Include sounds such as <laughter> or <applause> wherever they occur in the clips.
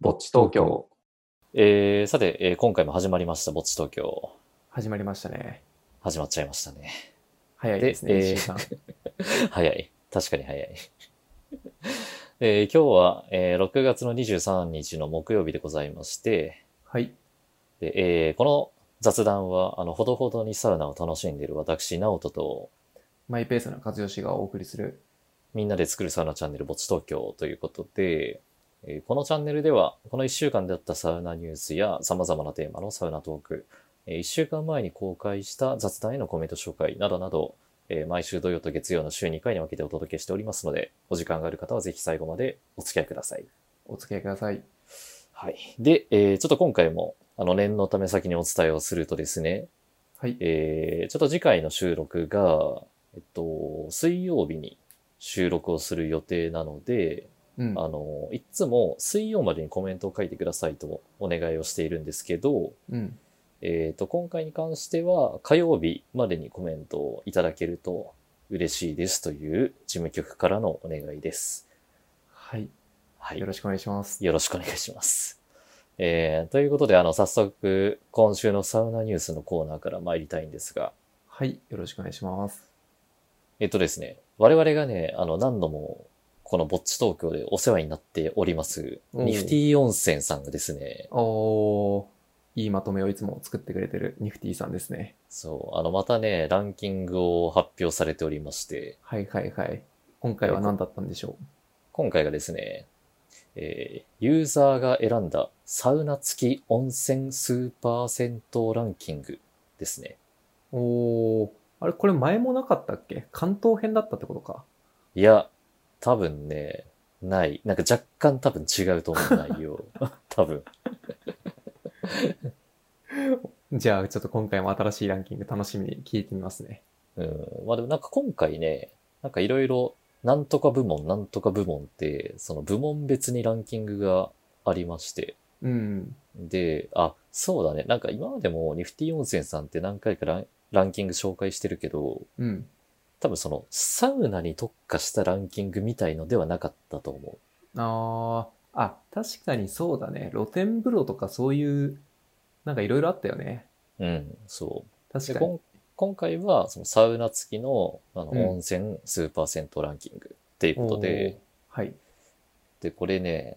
ぼっち東京、えー、さて、えー今回も始まりました、ぼっち東京。始まりましたね。始まっちゃいましたね。 <laughs> 早いですね、でえ石ー井さん。早い。確かに早い。 <laughs> えー今日は、えー6月の23日の木曜日でございまして、はい。でえーこの雑談は、あの、ほどほどにサウナを楽しんでいる私、直人と、マイペースな和義がお送りする。みんなで作るサウナチャンネル、ぼっち東京ということで、えーこのチャンネルでは、この1週間であったサウナニュースや様々なテーマのサウナトーク、1週間前に公開した雑談へのコメント紹介などなど、えー毎週土曜と月曜の週2回に分けてお届けしておりますので、お時間がある方はぜひ最後までお付き合いください。お付き合いください。はい。で、えーちょっと今回も、あの、念のため先にお伝えをするとですね、はい。えーちょっと次回の収録が、えっと、水曜日に収録をする予定なので、うん。あの、いつも水曜までにコメントを書いてくださいとお願いをしているんですけど、うん。えっ、と、今回に関しては火曜日までにコメントをいただけると嬉しいですという事務局からのお願いです。はい。はいよ。ろしくお願いします。よろしくお願いします。えーということで、あの、早速、今週のサウナニュースのコーナーから参りたいんですが、はい。よろしくお願いします。えっとですね、我々がね、あの、何度も、このぼっち東京でお世話になっております、うんニフティ温泉さんがですね、おー、いいまとめをいつも作ってくれてるニフティさんですね。そう、あの、またね、ランキングを発表されておりまして、はいはいはい。今回は何だったんでしょ今回がですね、えーユーザーが選んだサウナ付き温泉スーパー銭湯ランキングですね。う。おー、あれこれ前もなかったっけ関東編だったってことか。いや、多分ね、ない。なんか若干多分違うと思う <laughs> 内容。多分。じゃあちょっと今回も新しいランキング楽しみに聞いてみますね。うん。まあでもなんか今回ね、なんかいろいろ、なんとか部門、なんとか部門って、その部門別にランキングがありまして、うん。で、あ、そうだね。なんか今までもニフティ温泉さんって何回かランランキング紹介してるけど、うん。多分そのサウナに特化したランキングみたいのではなかったと思あーあ、確かにそうだね。露天風呂とかそういう、なんかいろいろあったよね。う。うん、そ確う。で、かこに。ん今回はそのサウナ付きのあのうん温泉スーパー銭湯ランキングっていうことで、おー、はい。で、これね、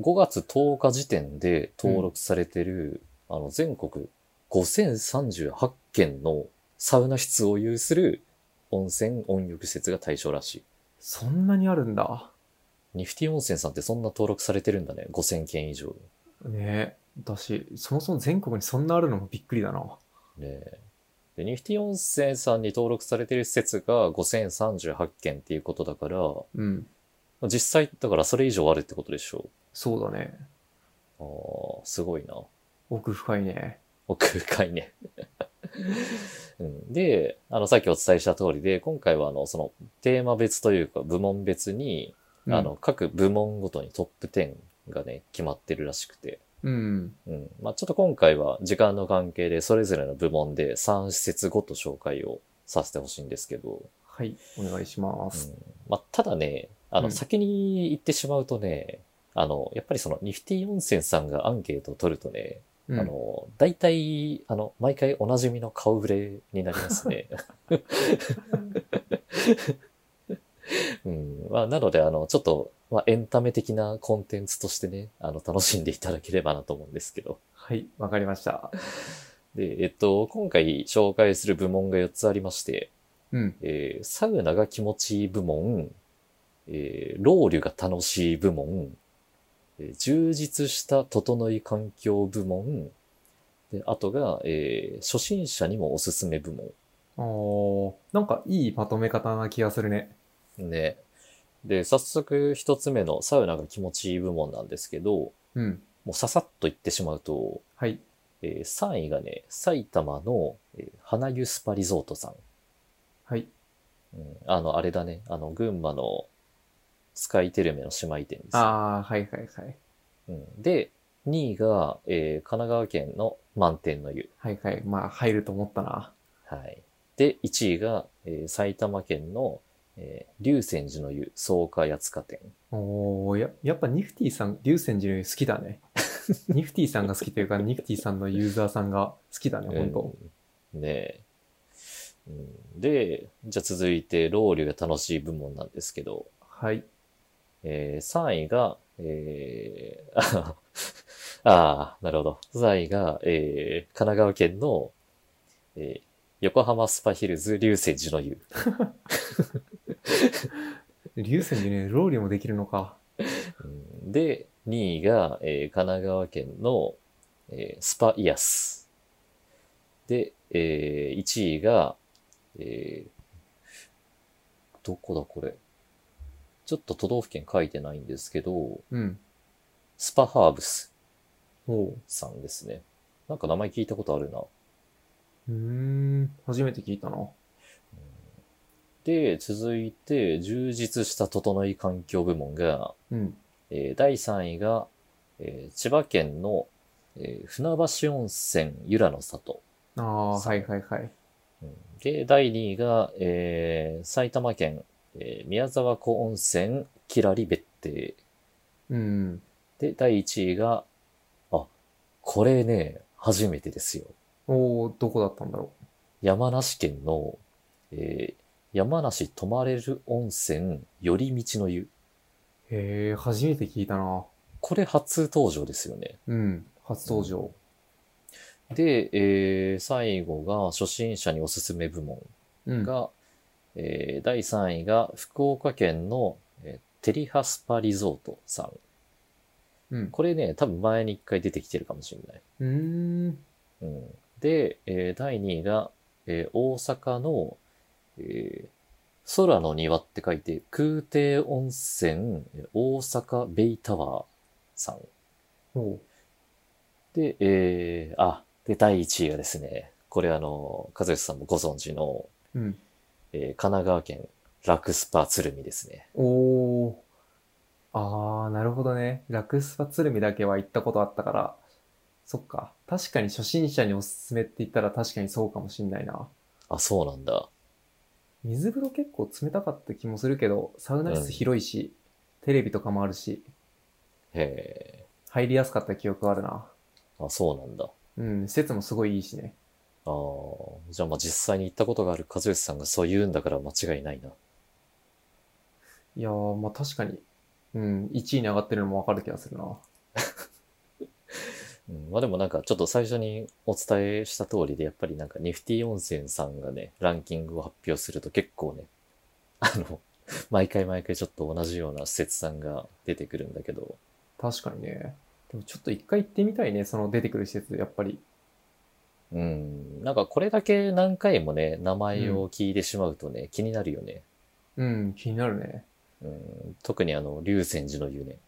5月10日時点で登録されてる、あの全国5038件のサウナ室を有する温泉温浴施設が対象らしい。そんなにあるんだ。ニフティ温泉さんってそんな登録されてるんだね。5000件以上。ねえ。だし、そもそも全国にそんなあるのもびっくりだな。ねえで、ニフティ温泉さんに登録されてる施設が5038件っていうことだから、うん。実際だからそれ以上あるってことでしょそうだね。う。ああ、すごいな。奥深いね。奥深いね。 <laughs> うんで、あの、さっきお伝えした通りで、今回はあの、その、テーマ別というか部門別に、あの、各部門ごとにトップ10がね、決まってるらしくて。うん。うん。うん。まあ、ちょっと今回は時間の関係でそれぞれの部門で3施設ごと紹介をさせてほしいんですけど、はい。お願いします。まあ、ただね、あうの、ん先に言ってしまうとね、あの、やっぱりそのニフティ温泉さんがアンケートを取るとね、うん。あの、大体、あの、毎回おなじみの顔ぶれになりま <laughs> すね。うん、まあ、なので、あの、ちょっと、まあ、エンタメ的なコンテンツとしてね、あの、楽しんでいただければなと思うんですけど。はい。わかりました。で、えっと、今回紹介する部門が4つありまして、うん。えーサウナが気持ちいい部門、えーロウリュが楽しい部門、えー充実した整い環境部門、であとが、えー初心者にもおすすめ部おーなんかいいまとめ方な気がするね。門。ね。で、早速一つ目のサウナが気持ちいい部門なんですけど、もうん。うささっと言ってしまうと、はい。えー3位がね、埼玉の、えー花湯スパリゾートさん。はい。うんあの、あれだね。あの、群馬のスカイテルメの姉妹店ですね、ああ、はいはいはい。うんで、2位が、えー神奈川県の満天の湯。はいはい。まあ、入ると思ったな。はい。で、1位が、えー埼玉県のえー、竜泉寺の湯草加八塚店。おおややっぱニフティさん竜泉寺の湯好きだ <laughs> ねニフティさんが好きというかニフティさんのユーザーさんが好きだね本当、うんねえ。うんで、じゃあ続いて、ロウリュが楽しい部門なんですけど、はいえー、3位が、えー、 <laughs> ああー、なるほど。3位が、えー、神奈川県の、えー、横浜スパヒルズ竜泉寺の湯。竜泉寺の湯ロウリュもできるのかうんで、2位が、えー神奈川県の、えースパイアス。で、え1位が、えーどこだこれ。ちょっと都道府県書いてないんですけど、うんスパハーブスおうさんですね。なんか名前聞いたことあるな。うーん初めて聞いたなで、続いて、充実した整い環境部門が、うんえー第3位が、えー千葉県の、えー船橋温泉由良の里。ああはいはいはいうんで、第2位が、えー埼玉県、えー宮沢湖温泉キラリ別邸。うんで、第1位が、あ、これね、初めてですよ。おおどこだったんだろ山梨県の、えー山梨泊まれる温泉寄り道の湯。うへえ初めて聞いたなこれ初登場ですよね。うん初登場で、えー最後が初心者におすすめ部門うんが、えー第3位が福岡県の、えーテリハスパリゾートさん。うんこれね、多分前に一回出てきてるかもしれない。うーんうん、で、えー第2位が、えー大阪の、えー空の庭って書いて、空挺温泉大阪ベイタワーさん。おうで、えーあ、で、第1位がですね、これあの、和義さんもご存知の、うんえー神奈川県ラクスパ鶴見ですね。おー。あー、なるほどね。ラクスパ鶴見だけは行ったことあったから。そっか。確かに初心者におすすめって言ったら確かにそうかもしんないな。あ、そうなんだ。水風呂結構冷たかった気もするけど、サウナ室広いし、テレビとかもあるし、へえ、入りやすかった記憶があるな。あ、そうなんだ。うん、施設もすごいいいしね。ああ、じゃあまあ実際に行ったことがある和義さんがそう言うんだから間違いないな。いやー、まあ確かに、うん、1位に上がってるのもわかる気がするな。うん、まあでもなんかちょっと最初にお伝えした通りでやっぱりなんかニフティ温泉さんがねランキングを発表すると結構ねあの <laughs> 毎回毎回ちょっと同じような施設さんが出てくるんだけど確かにね。でもちょっと一回行ってみたいね、その出てくる施設、やっぱり。うんなんかこれだけ何回もね名前を聞いてしまうとね、気になるよね、うん、気になるね。うん、特にあの竜泉寺の湯ね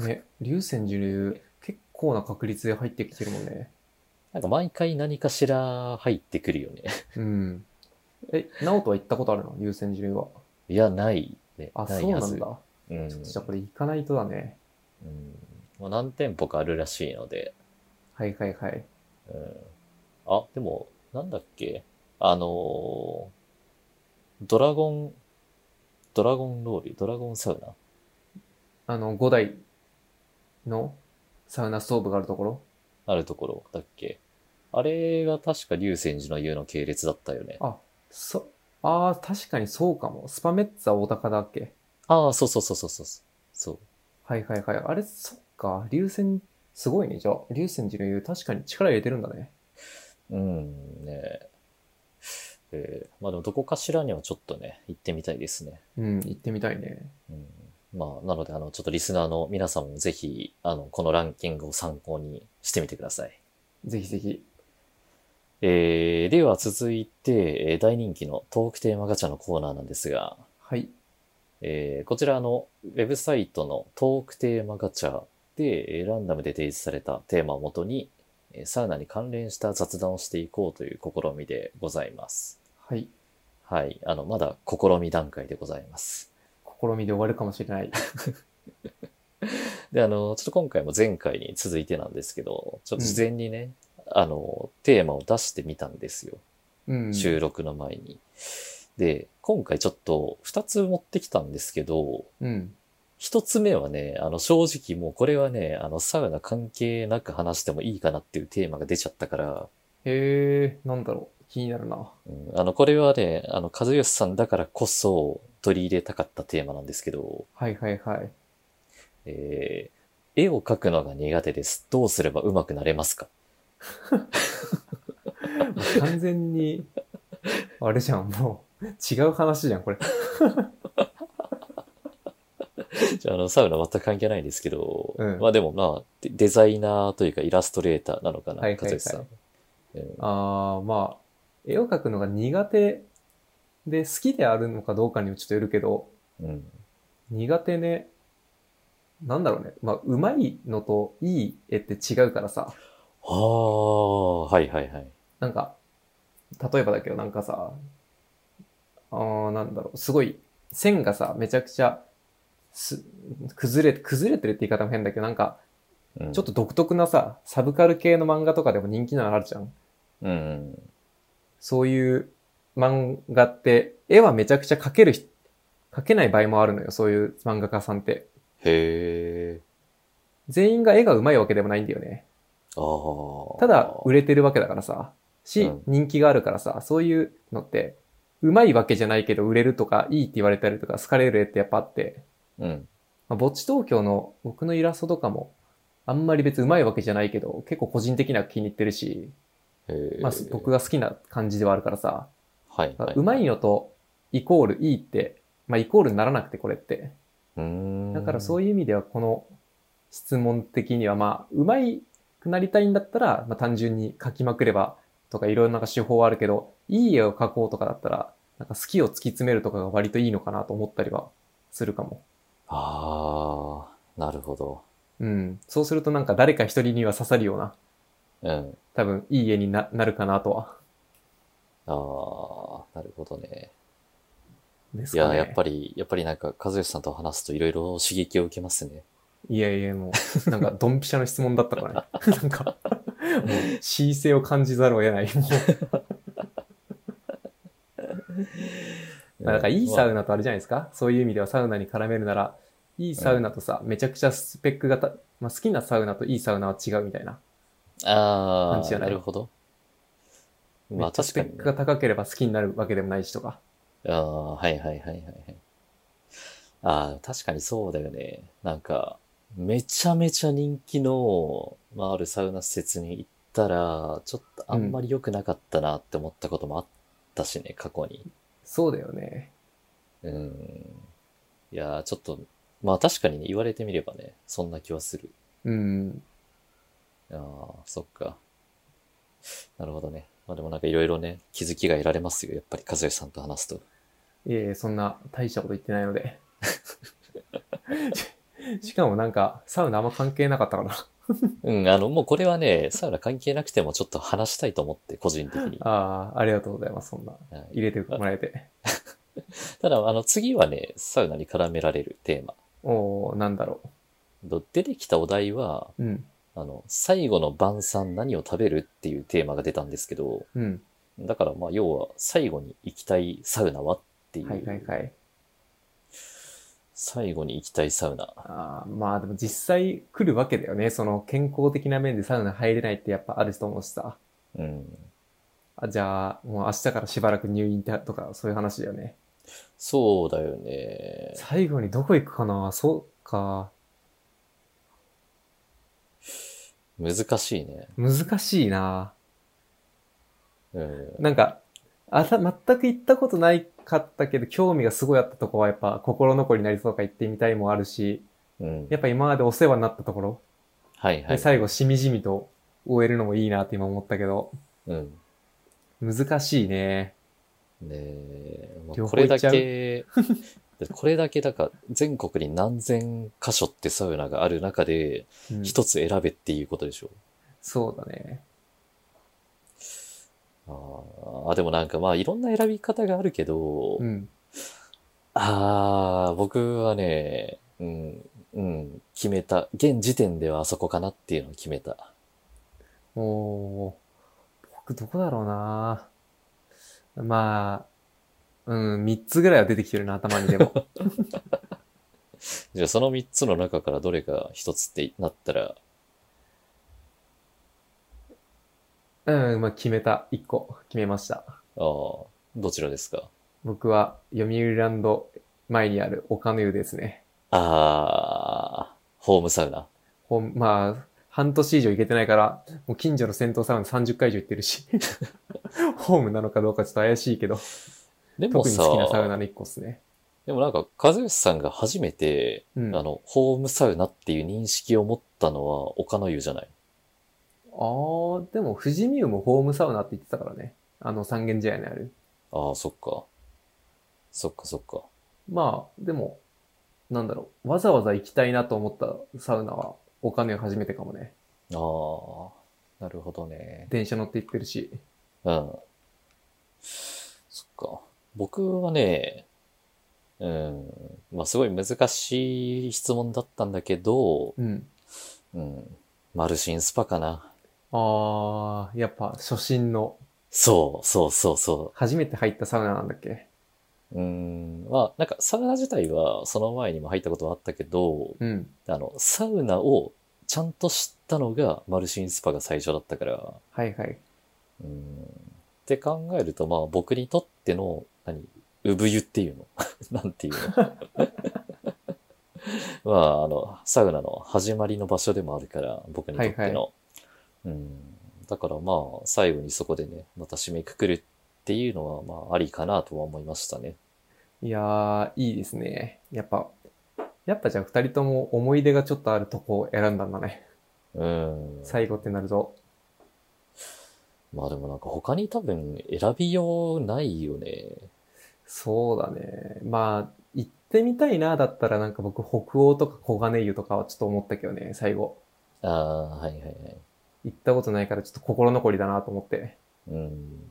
ね、竜泉寺流、結構な確率で入ってきてるもんね。なんか毎回何かしら入ってくるよね <laughs> うん。え、直人は行ったことあるの竜泉寺流は。いやないねあ、ないそうなはずんだ。うんちょっとじゃあこれ行かないとだね。うんまあ、何店舗かあるらしいのではいはいはい。うんあ、でも、なんだっけあのードラゴン、ドラゴンローリー、ドラゴンサウナ。あの、5台のサウナストーブがあるところ。あるところだっけあれが確か竜泉寺の湯の系列だったよね。あ、そ、ああ、確かにそうかも。スパメッツァ大高だっけああ、そうそうそうそうそう。そう。はいはいはい。あれ、そっか。竜泉、すごいね。じゃあ、竜泉寺流、確かに力入れてるんだね。うん、ねえ。えーまあでもどこかしらにはちょっとね、行ってみたいですね。うん、行ってみたいね。うん、まあ、なので、あの、ちょっとリスナーの皆さんもぜひ、あの、このランキングを参考にしてみてください。ぜひぜひ。えーでは続いて、えー大人気のトークテーマガチャのコーナーなんですが、はい。えーこちらあのウェブサイトのトークテーマガチャで、えーランダムで提示されたテーマをもとに、えーサウナに関連した雑談をしていこうという試みでございます。はい。はい。あの、まだ試み段階でございます。試みで終わるかもしれない。で、あの、ちょっと今回も前回に続いてなんですけど、ちょっと事前にね、あの、テーマを出してみたんですよ。うん。収録の前に。で、今回ちょっと2つ持ってきたんですけど、うん。 1つ目はね、あの正直もうこれはね、あのサウナ関係なく話してもいいかなっていうテーマが出ちゃったから、へえ、なんだろう。気になるな。うん、あのこれはね、あの和義さんだからこそ取り入れたかったテーマなんですけど、はいはいはい。えー絵を描くのが苦手です。どうすれば上手くなれますかもう完全に、 <laughs> あれじゃん、もう、違う話じゃん、これ。じゃあ、あの、サウナ全く関係ないんですけど、うんまあでもまあデ、デザイナーというかイラストレーターなのかな、はいはいはい和義さん。うんああ、まあ、絵を描くのが苦手で好きであるのかどうかにもちょっとよるけど、うん。苦手ね。なんだろうね。まあ、うまいのといい絵って違うからさ。ああ、はいはいはい。なんか、例えばだけどなんかさ、あーなんだろう、すごい、線がさ、めちゃくちゃ、す、崩れ、崩れてるって言い方も変だけど、なんか、うんちょっと、独特なさ、サブカル系の漫画とかでも人気なのあるじゃん。うん。そういう漫画って、絵はめちゃくちゃ描ける人、描けない場合もあるのよ、そういう漫画家さんって。へえ。全員が絵が上手いわけでもないんだよね。ああ。ただ、売れてるわけだからさ、し、うん人気があるからさ、そういうのって、上手いわけじゃないけど、売れるとか、いいって言われたりとか、好かれる絵ってやっぱあって、うん。まあ、ぼっち東京の僕のイラストとかも、あんまり別に上手いわけじゃないけど、結構個人的には気に入ってるし、へえ。まあ、僕が好きな感じではあるからさ、はい、はい。うまいのとイコールいいって、まあ、イコールにならなくてこれって。うーん。だからそういういう意味ではこの質問的にはまあ、うまいくなりたいんだったら、まあ単純に書きまくればとかいろんな手法はあるけど、いい絵を描こうとかだったら、なんか好きを突き詰めるとかが割といいのかなと思ったりはするかも。う。ああ、なるほど。うん。そうするとなんか誰か一人には刺さるような、うん。多分いい絵にななるかなとは。ああ、なるほどね。ですいかや、ね。やっぱり、やっぱりなんか、和義さんと話すといろいろ刺激を受けますね。いやいや、もう、なんか、ドンピシャの質問だったからね。 <laughs> なんか、もう、恣意性を感じざるを得ない。もう、だから、いいサウナとあれじゃないですか。そういう意味ではサウナに絡めるなら、いいサウナとさ、めちゃくちゃスペックがた、まあ、好きなサウナといいサウナは違うみたいな。あ感じじゃあ、なないるほど。まめあっちゃス確ペかにッね、クが高ければ好きになるわけでもないしとか。ああ、はいはいはいはいはい。ああ、確かにそうだよね。なんか、めちゃめちゃ人気の、まああるサウナ施設に行ったら、ちょっとあんまり良くなかったなって思ったこともあったしね、過去に。そうだよね。うん。いやー、ちょっと、まあ確かにね、言われてみればね、そんな気はする。うん。ああ、そっか。なるほどね。まあでもなんかいろいろね、気づきが得られますよ。やっぱり和義さんと話すと。いえいえ、そんな大したこと言ってないの <laughs> で。ししかもなんか、サウナあんま関係なかったから。うん、あの、もうこれはね、サウナ関係なくてもちょっと話したいと思って、個人的に。ああ、ありがとうございます、そんな。はい入れてもらえて。ただ、あの、次はね、サウナに絡められるテーマ。おおなんだろど出てきたお題は、う。うん、あの、最後の晩餐何を食べるっていうテーマが出たんですけど、うん。だからまあ、要は、最後に行きたいサウナはっていう、はいはいはい。最後に行きたいサウナ。ああ、まあでも実際来るわけだよね。その健康的な面でサウナ入れないってやっぱあると思うしさ。うん。あじゃあ、もう明日からしばらく入院だとかそういう話だよね。そうだよね。最後にどこ行くかなそうか。難しいね。難しいな。うん。なんか、あた、全く行ったことないかったけど、興味がすごいあったとこはやっぱ心残りになりそうか行ってみたいもあるし、うん。やっぱ今までお世話になったところ、はいはでい。最後しみじみと終えるのもいいなって今思ったけど。うん。難しいね。ねえ、まあ両方これだ <laughs> け、これだけだから全国に何千箇所ってサウナがある中でうん一つ選べっていうことでしょそうだね。あーあ、でもなんかまあいろんな選び方があるけど、うん。ああ、僕はね、うん、うん、決めた。現時点ではあそこかなっていうのを決めた。おー僕どこだろうなまあ、うん、3つぐらいは出てきてるな、頭にでも。じゃあその3つの中からどれか1つってなったら、うん、まあ、決めた。1個、決めました。ああ、どちらですか僕は、読売ランド前にある丘の湯ですね。ああ、ホームサウナ。ほん、まあ、半年以上行けてないから、もう近所の銭湯サウナ30回以上行ってるし、ホームなのかどうかちょっと怪しいけど、でも特にさ、好きなサウナの1個っすね。でもなんか、和義さんが初めて、うん。あの、ホームサウナっていう認識を持ったのは丘の湯じゃないああ、でも、富士見湯もホームサウナって言ってたからね。あの、三軒茶屋にある。ああ、そっか。そっかそっか。まあ、でも、なんだろう。わざわざ行きたいなと思ったサウナは、お金を初めてかもね。ああ、なるほどね。電車乗って行ってるし。うん。そっか。僕はね、うん、まあすごい難しい質問だったんだけど、うん。うん、マルシンスパかな。ああ、やっぱ、初心の、そう、そうそうそう。初めて入ったサウナなんだっけうーん、まあ、なんかサウナ自体はその前にも入ったことはあったけど、うん。あの、サウナをちゃんと知ったのがマルシンスパが最初だったから、はいはい。うーん、って考えると、まあ僕にとっての、何、産湯っていうの <laughs> なんていうの <laughs> まあ、あの、サウナの始まりの場所でもあるから、僕にとっての。うん、だからまあ、最後にそこでね、また締めくくるっていうのは、まあ、ありかなとは思いましたね。いやー、いいですね。やっぱ、やっぱじゃあ二人とも思い出がちょっとあるとこを選んだんだね。うん。最後ってなると。まあでもなんか他に多分選びようないよね。そうだね。まあ、行ってみたいな、だったらなんか僕、北欧とか小金湯とかはちょっと思ったけどね、最後。ああ、はいはいはい。行ったことないからちょっと心残りだなと思って。うん。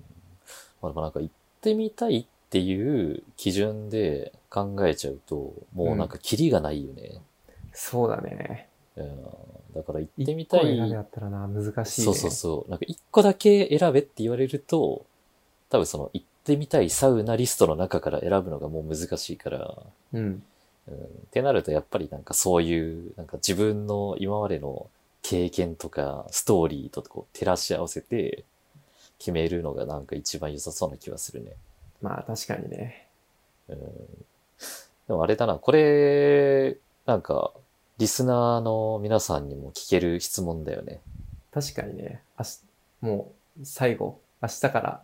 まあでもなんか行ってみたいっていう基準で考えちゃうと、もうなんかキリがないよね。そうだね。うん。だから行っ行てみたい。だったらな、難しい、ね。そうそうそう。なんか一個だけ選べって言われると、多分その行ってみたいサウナリストの中から選ぶのがもう難しいから、う。うん。うんってなるとやっぱりなんかそういうなんか自分の今までの経験とかストーリーとこう照らし合わせて決めるのがなんか一番良さそうな気はするね。まあ確かにね。うん、でもあれだな、これなんかリスナーの皆さんにも聞ける質問だよね。確かにね。明日、もう最後、明日から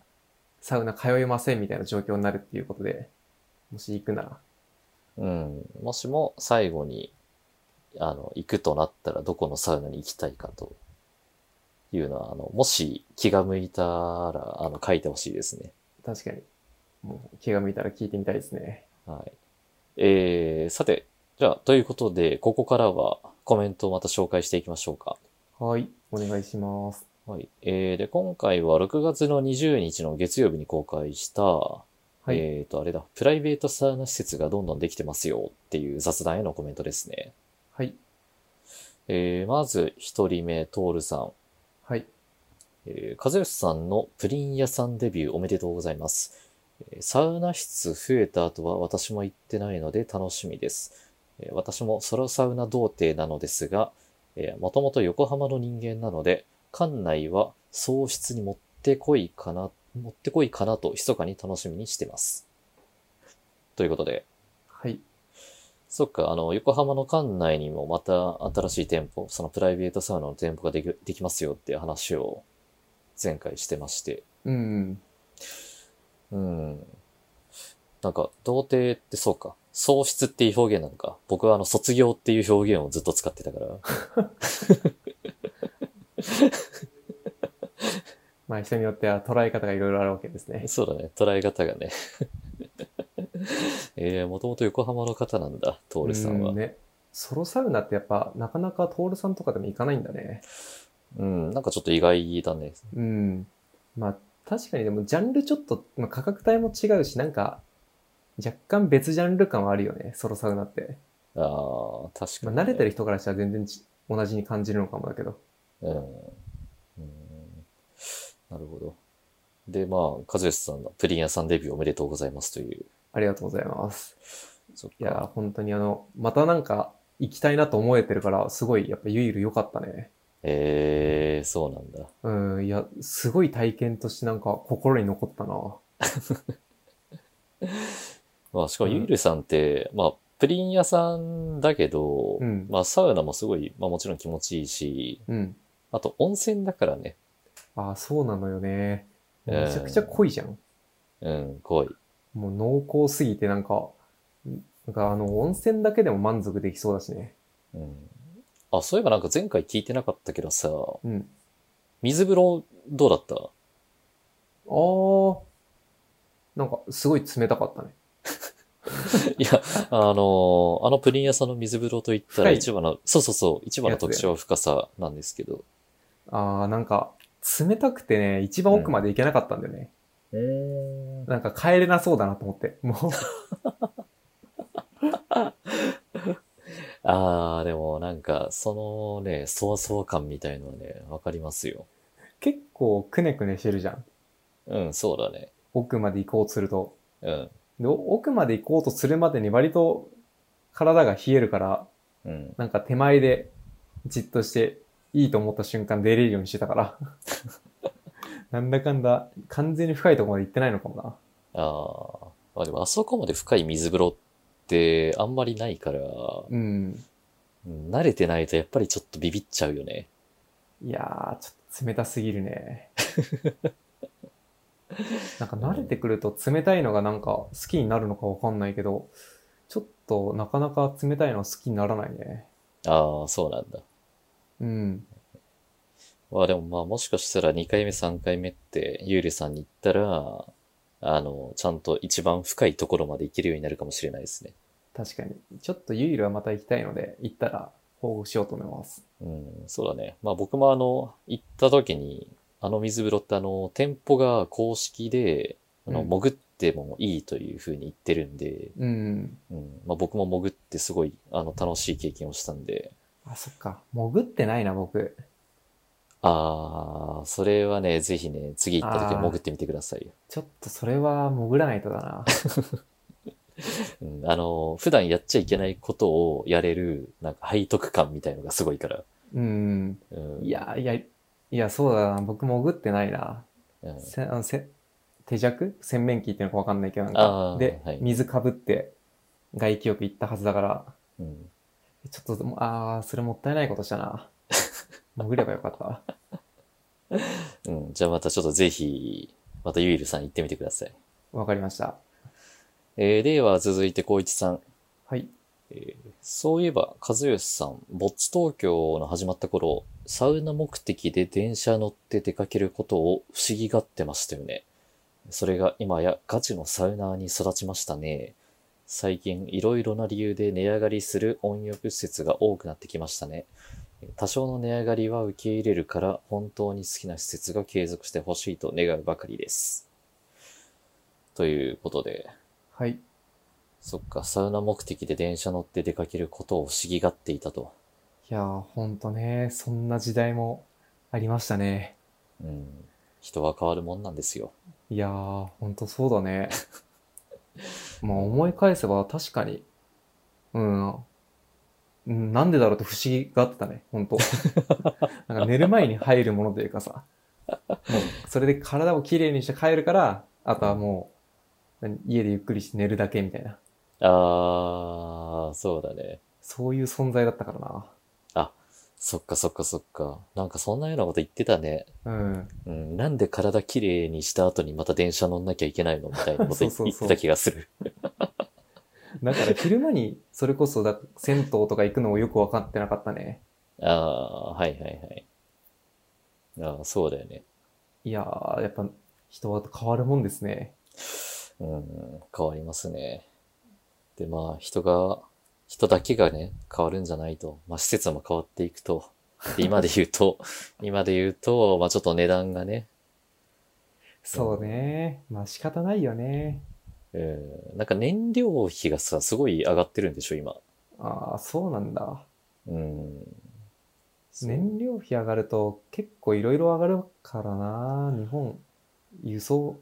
サウナ通いませんみたいな状況になるっていうことで、もし行くなら。うん、もしも最後にあの行くとなったらどこのサウナに行きたいかというのはあのもし気が向いたらあの書いてほしいですね。確かに。もう気が向いたら聞いてみたいですね。はい。えー、さて、じゃあ、ということで、ここからはコメントをまた紹介していきましょうか。はい。お願いします。はい。えー、で、今回は6月の20日の月曜日に公開した、はい。えーと、あれだ、プライベートサウナ施設がどんどんできてますよっていう雑談へのコメントですね。はい。えー、まず、一人目、トールさん。はい。えー、和義さんのプリン屋さんデビューおめでとうございます。えーサウナ室増えた後は私も行ってないので楽しみです。えー私もソロサウナ童貞なのですが、えー、もともと横浜の人間なので、館内は喪失に持ってこいかな、持ってこいかなと密かに楽しみにしてます。ということで、はい。そっか、あの、横浜の館内にもまた新しい店舗、そのプライベートサウナの店舗ができできますよっていう話を前回してまして。うん。うん。なんか、童貞ってそうか、喪失っていう表現なのか。僕はあの、卒業っていう表現をずっと使ってたから。まあ人によっては捉え方がいろいろあるわけですね。そうだね、捉え方がね。 <laughs> えー、もともと横浜の方なんだ、トールさんは。ううん,、ね。ソロサウナってやっぱ、なかなかトールさんとかでも行かないんだね。なんかちょっと意外だね。うん。まあ、確かにでも、ジャンルちょっと、まあ、価格帯も違うし、なんか、若干別ジャンル感はあるよね、ソロサウナって。ああ、確まあ、かに、慣れてる人からしたら全然ち同じに感じるのかもだけど。うん。うんなるほど。で、まあ、和義さんのプリン屋さんデビューおめでとうございますという。ありがとうございます。そっいやー、本当にあの、またなんか行きたいなと思えてるから、すごい、やっぱゆいる良かったね。えー、そうなんだ。うん、いや、すごい体験としてなんか心に残ったな。まあ、しかもうんゆいるさんって、まあ、プリン屋さんだけど、うんまあ、サウナもすごい、まあもちろん気持ちいいし、うん。あと温泉だからね、ああ、そうなのよね。えーめちゃくちゃ濃いじゃん。うん、濃い。もう濃厚すぎてなんか、んなんかあの、温泉だけでも満足できそうだしね。うん。あ、そういえばなんか前回聞いてなかったけどさ、うん。水風呂どうだったああ、なんかすごい冷たかったね。いや、あのーあのプリン屋さんの水風呂といったら深い一番の、そうそうそう、一番の特徴は深さなんですけど。ああ、なんか、冷たくてね、一番奥まで行けなかったんだよね。なんか帰れなそうだなと思って。も <laughs> ああ、でもなんか、そのね、そわそわ感みたいのはね、わかりますよ。う、結構くねくねしてるじゃん。うん、そうだね。奥まで行こうとすると。うん、で、奥まで行こうとするまでに割と体が冷えるから、うん。なんか手前でじっとしていいと思った瞬間出れるようにしてた <laughs> から。なんだかんだ完全に深いところまで行ってないのかもな。あーまあ、でもあそこまで深い水風呂ってあんまりないから、うん。うん慣れてないとやっぱりちょっとビビっちゃうよね。いやー、ちょっと冷たすぎる <laughs> ね。なんか慣れてくると冷たいのがなんか好きになるのかわかんないけど、ちょっとなかなか冷たいのは好きにならないね。ああ、そうなんだ。うん。まあでもまあもしかしたら2回目3回目ってゆうりさんに行ったら、あの、ちゃんと一番深いところまで行けるようになるかもしれないですね。確かに。ちょっとユイルはまた行きたいので、行ったら報告しようと思います。うん、そうだね。まあ僕もあの、行った時に、あの水風呂ってあの、店舗が公式で、あの、うん潜ってもいいというふうに言ってるんで、うん。うん、まあ僕も潜ってすごい、あの、楽しい経験をしたんで、あ、そっか。潜ってないな、僕。あー、それはね、ぜひね、次行ったあ時はー潜ってみてくださいよ。ちょっとそれは潜らないとだ <laughs> な。うん、あの、普段やっちゃいけないことをやれる、なんか背徳感みたいのがすごいから。うん。うん、い、や、いや、いや、そうだな。僕潜ってないな。うん、せあのせ手弱洗面器っていうのかわかんないけど、なんあーか。で、はい水かぶって、外気浴行ったはずだから、うん。ちょっと、あー、それもったいないことした <laughs> な。潜ればよかった。うん。じゃあまたちょっとぜひ、またゆいるさん行ってみてください。わかりました。えー、では続いて光一さん。はい。そういえば、和義さん、ぼっち東京の始まった頃、サウナ目的で電車乗って出かけることを不思議がってましたよね。それが今やガチのサウナーに育ちましたね。最近いろいろな理由で値上がりする温浴施設が多くなってきましたね。多少の値上がりは受け入れるから本当に好きな施設が継続してほしいと願うばかりです。ということで、はい。そっか、サウナ目的で電車乗って出かけることを不思議がっていたと。いやー、ほんとね、そんな時代もありましたね。うん。人は変わるもんなんですよ。いやー、ほんとそうだね。 <laughs> まあ思い返せば確かに、うん、うんなんでだろうって不思議があってたね、ほんと。なんか寝る前に入るものというかさ、もうそれで体をきれいにして帰るから、あとはもう、何家でゆっくりして寝るだけみたいな、あー、そうだね。そういう存在だったからな。そっかそっかそっか。なんかそんなようなこと言ってたね。うん、うん。なんで体きれいにした後にまた電車乗んなきゃいけないのみたいなことそうそうそう言ってた気がする。だから昼間にそれこそだ銭湯とか行くのをよく分かってなかったね。あー、はいはいはい。あー、そうだよね。いやー、やっぱ人は変わるもんですね。うん、変わりますね。で、まあ、人が、人だけがね、変わるんじゃないと。まあ、施設も変わっていくと。で、今で言 <laughs> うと、今で言うと、まあ、ちょっと値段がね、そうね。まあ仕方ないよね。うん、なんか燃料費がさ、すごい上がってるんでしょ、今。ああ、そうなんだ。うん。そう燃料費上がると結構いろいろ上がるからな。日本、輸送、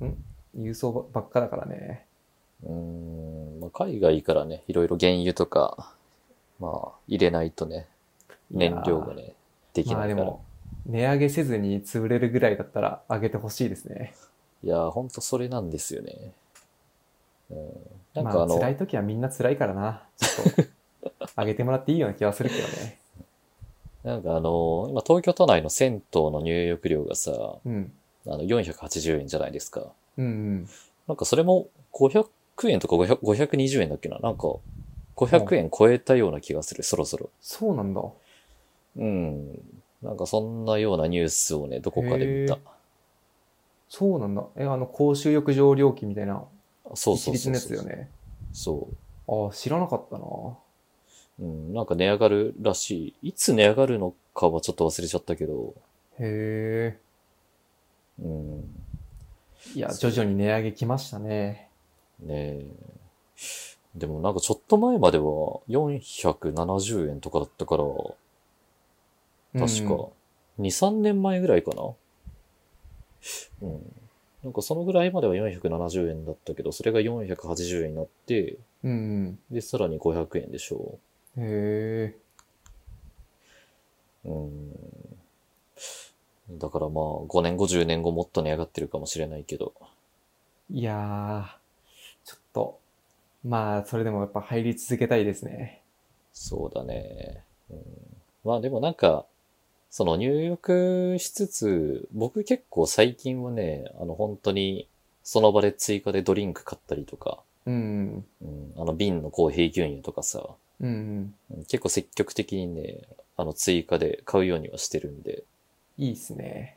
ん輸送ばっかだからね。うーん、まあ、海外からね、いろいろ原油とか、まあ、入れないとね、燃料がいやね、できー。まなあいでから。も、値上げせずに潰れるぐらいだったら上げてほしいですね。いやー、ほんとそれなんですよね。うん、なんまかああの、辛い時はみんな辛いからな。ちょっと、上げてもらっていいような気はするけど <laughs> ね。なんかあの、今東京都内の銭湯の入浴料がさ、あうん。の、480円じゃないですか。うんうん。なんかそれも500円とか500 520円だっけななんか、500円超えたような気がする、そろそろ。そうなんだ。うん。なんかそんなようなニュースをね、どこかで見たへ。そうなんだ。え、あの、公衆浴場料金みたいな、そうそ一う律そうのやつそよう。ね。そああ、知らなかったな。う。うん。なんか値上がるらしい。いつ値上がるのかはちょっと忘れちゃったけど、へえ。うん。いや、徐々に値上げきましたね。ねえ。でもなんかちょっと前までは470円とかだったから、確か、2、3年前ぐらいかな。うん。なんかそのぐらいまでは470円だったけど、それが480円になって、うん。うんで、さらに500円でしょうん。へえ。う。うん。だからまあ、5年後、10年後もっと値上がってるかもしれないけど。いやー、ちょっと、まあ、それでもやっぱ入り続けたいですね。そうだね。うん、まあでもなんか、その入浴しつつ、僕結構最近はね、あの本当にその場で追加でドリンク買ったりとか、うん。うん、あの瓶のコーヒー牛乳とかさ、うんうん。うん結構積極的にね、あの追加で買うようにはしてるんで、いいっすね。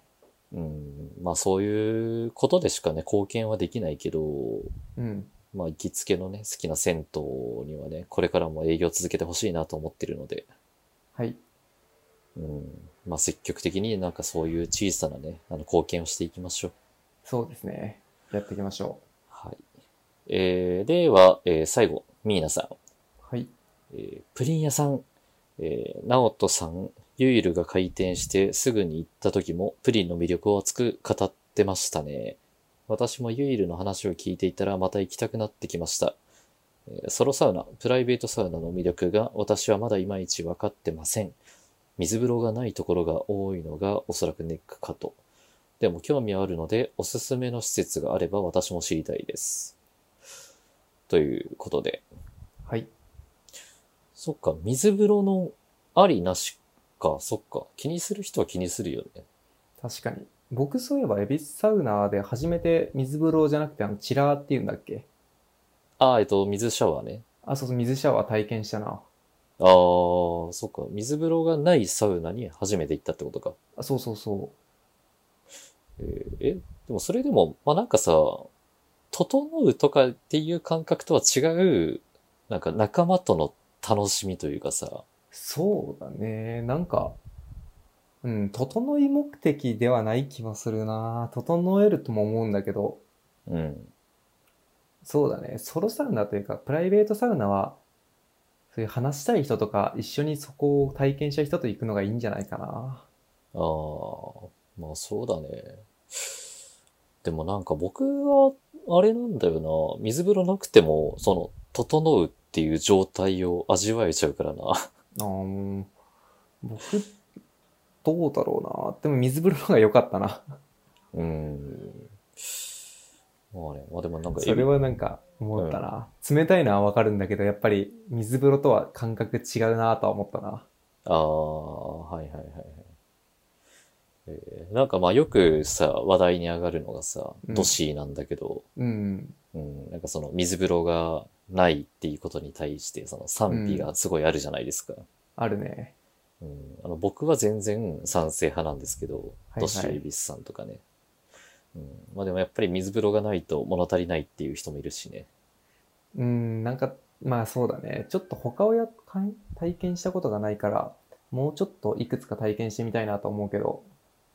うん、まあそういうことでしかね、貢献はできないけど、うん。まあ行きつけのね、好きな銭湯にはね、これからも営業続けてほしいなと思ってるので、はい。うん。まあ、積極的になんかそういう小さなね、あの、貢献をしていきましょう。そうですね。やっていきましょはい。えー、では、えー最後、ミーナさん。う。はい。えープリン屋さん、えー、ナオトさん、ユイルが開店してすぐに行った時もプリンの魅力を熱く語ってましたね。私もユイルの話を聞いていたらまた行きたくなってきました。えーソロサウナ、プライベートサウナの魅力が私はまだいまいち分かってません。水風呂がないところが多いのがおそらくネックかと。でも興味はあるので、おすすめの施設があれば私も知りたいです。ということで、はい。そっか、水風呂のありなしか、そっか。気にする人は気にするよね。確かに。僕そういえば、エビスサウナーで初めて水風呂じゃなくて、あの、チラーっていうんだっけああ、えっと、水シャワーね。あ、そうそう、水シャワー体験したな。ああ、そっか。水風呂がないサウナに初めて行ったってことか。あ、そうそうそえーえ、でもそれでも、まあ、なんかさ、整うとかっていう感覚とは違う、なんか仲間との楽しみというかさ、う。そうだね。なんか、うん、整い目的ではない気はするな。整えるとも思うんだけど、うん。そうだね。ソロサウナというか、プライベートサウナは、そういう話したい人とか、一緒にそこを体験した人と行くのがいいんじゃないかな。ああ、まあそうだね。でもなんか僕は、あれなんだよな。水風呂なくても、その、整うっていう状態を味わえちゃうからな。 <laughs> あー僕、どうだろうな。でも水風呂の方が良かったな。うん。まあね、まあでもなんか、それはなんか思ったな。冷たいのはわかるんだけど、やっぱり水風呂とは感覚違うなとは思ったな。ああ、はいはいはいはい。えーなんかまあよくさ、話題に上がるのがさ、うんドシーなんだけど、うん。うん、なんかその水風呂がないっていうことに対して、その賛否がすごいあるじゃないですか。あるね。うん、あの僕は全然賛成派なんですけど、いはいドシー・エビスさんとかね。うん、まあでもやっぱり水風呂がないと物足りないっていう人もいるしね。うん、なんか、まあそうだね。ちょっと他をやかん体験したことがないから、もうちょっといくつか体験してみたいなと思うけど、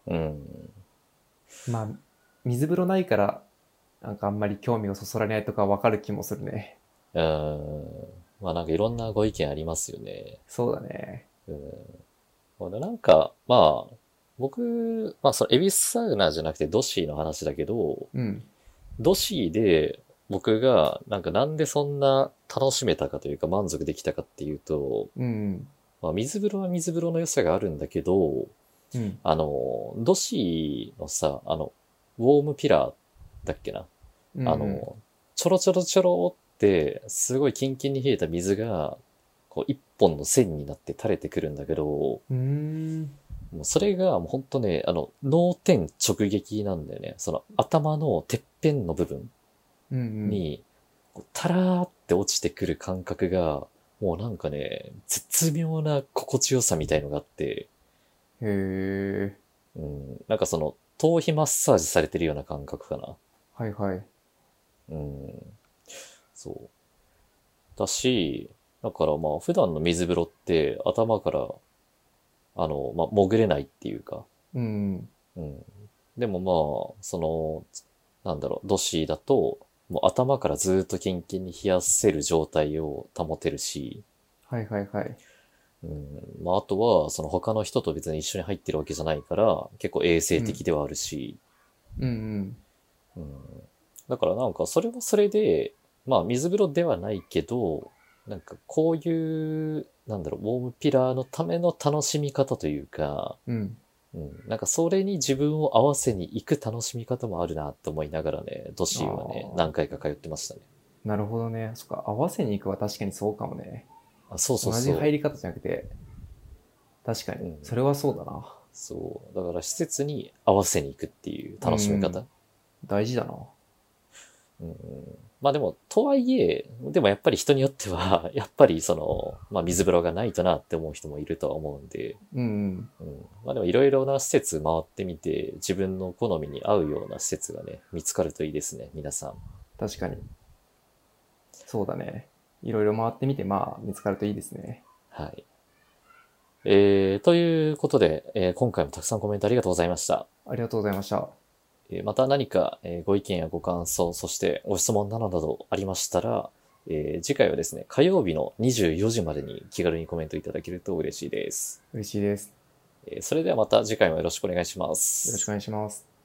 うん、まあ、水風呂ないから、なんかあんまり興味をそそられないとかわかる気もするね。うん、まあなんかいろんなご意見ありますよね。そうだね。うん。まあ、なんか、まあ、僕、まあ、その、エビスサウナじゃなくてドシーの話だけど、うん。ドシーで、僕が、なんかなんでそんな楽しめたかというか満足できたかっていうと、うん。まあ、水風呂は水風呂の良さがあるんだけど、うん。あの、ドシーのさ、あの、ウォームピラーだっけな。うん。あの、ちょろちょろちょろって、すごいキンキンに冷えた水が、こう、一本の線になって垂れてくるんだけど、うーん。もうそれがもうほんとね、あの、脳天直撃なんだよね。その頭のてっぺんの部分うんうん。に、こうタラーって落ちてくる感覚が、もうなんかね、絶妙な心地よさみたいのがあって、へえ。うん、なんかその、頭皮マッサージされてるような感覚かな。はいはい。うん。そう。だし、だからまあ普段の水風呂って頭から、あの、まあ潜れないっていうか、うん。うん。でもまあ、その、なんだろう、ドシーだと、もう頭からずーっとキンキンに冷やせる状態を保てるし、はいはいはい。うん。まああとは、その他の人と別に一緒に入ってるわけじゃないから、結構衛生的ではあるし、うんうん。うんだからなんかそれはそれで、まあ水風呂ではないけど、なんかこういう、なんだろう、ウォームピラーのための楽しみ方というか、うん。うん、なんかそれに自分を合わせに行く楽しみ方もあるなと思いながらね、ドシーはねあ、ー何回か通ってましたね。なるほどね。そっか。合わせに行くは確かにそうかもね。あそうそう同そじ入う。り方じゃなくて。確かに。うんそれはそうだな。そう。だから施設に合わせに行くっていう楽しみ方。大事だな。うんまあでも、とはいえ、でもやっぱり人によっては、やっぱりその、まあ水風呂がないとなって思う人もいるとは思うんで、うんうん、まあでもいろいろな施設回ってみて、自分の好みに合うような施設がね、見つかるといいですね、皆さん。確かに。そうだね。いろいろ回ってみて、まあ、見つかるといいですね。はい。えー、ということで、えー今回もたくさんコメントありがとうございました。ありがとうございました。えーまた何か、えーご意見やご感想、そしてご質問などなどありましたら、えー次回はですね、火曜日の24時までに気軽にコメントいただけると嬉しいです。嬉しいです。えーそれではまた次回もよろしくお願いします。よろしくお願いします。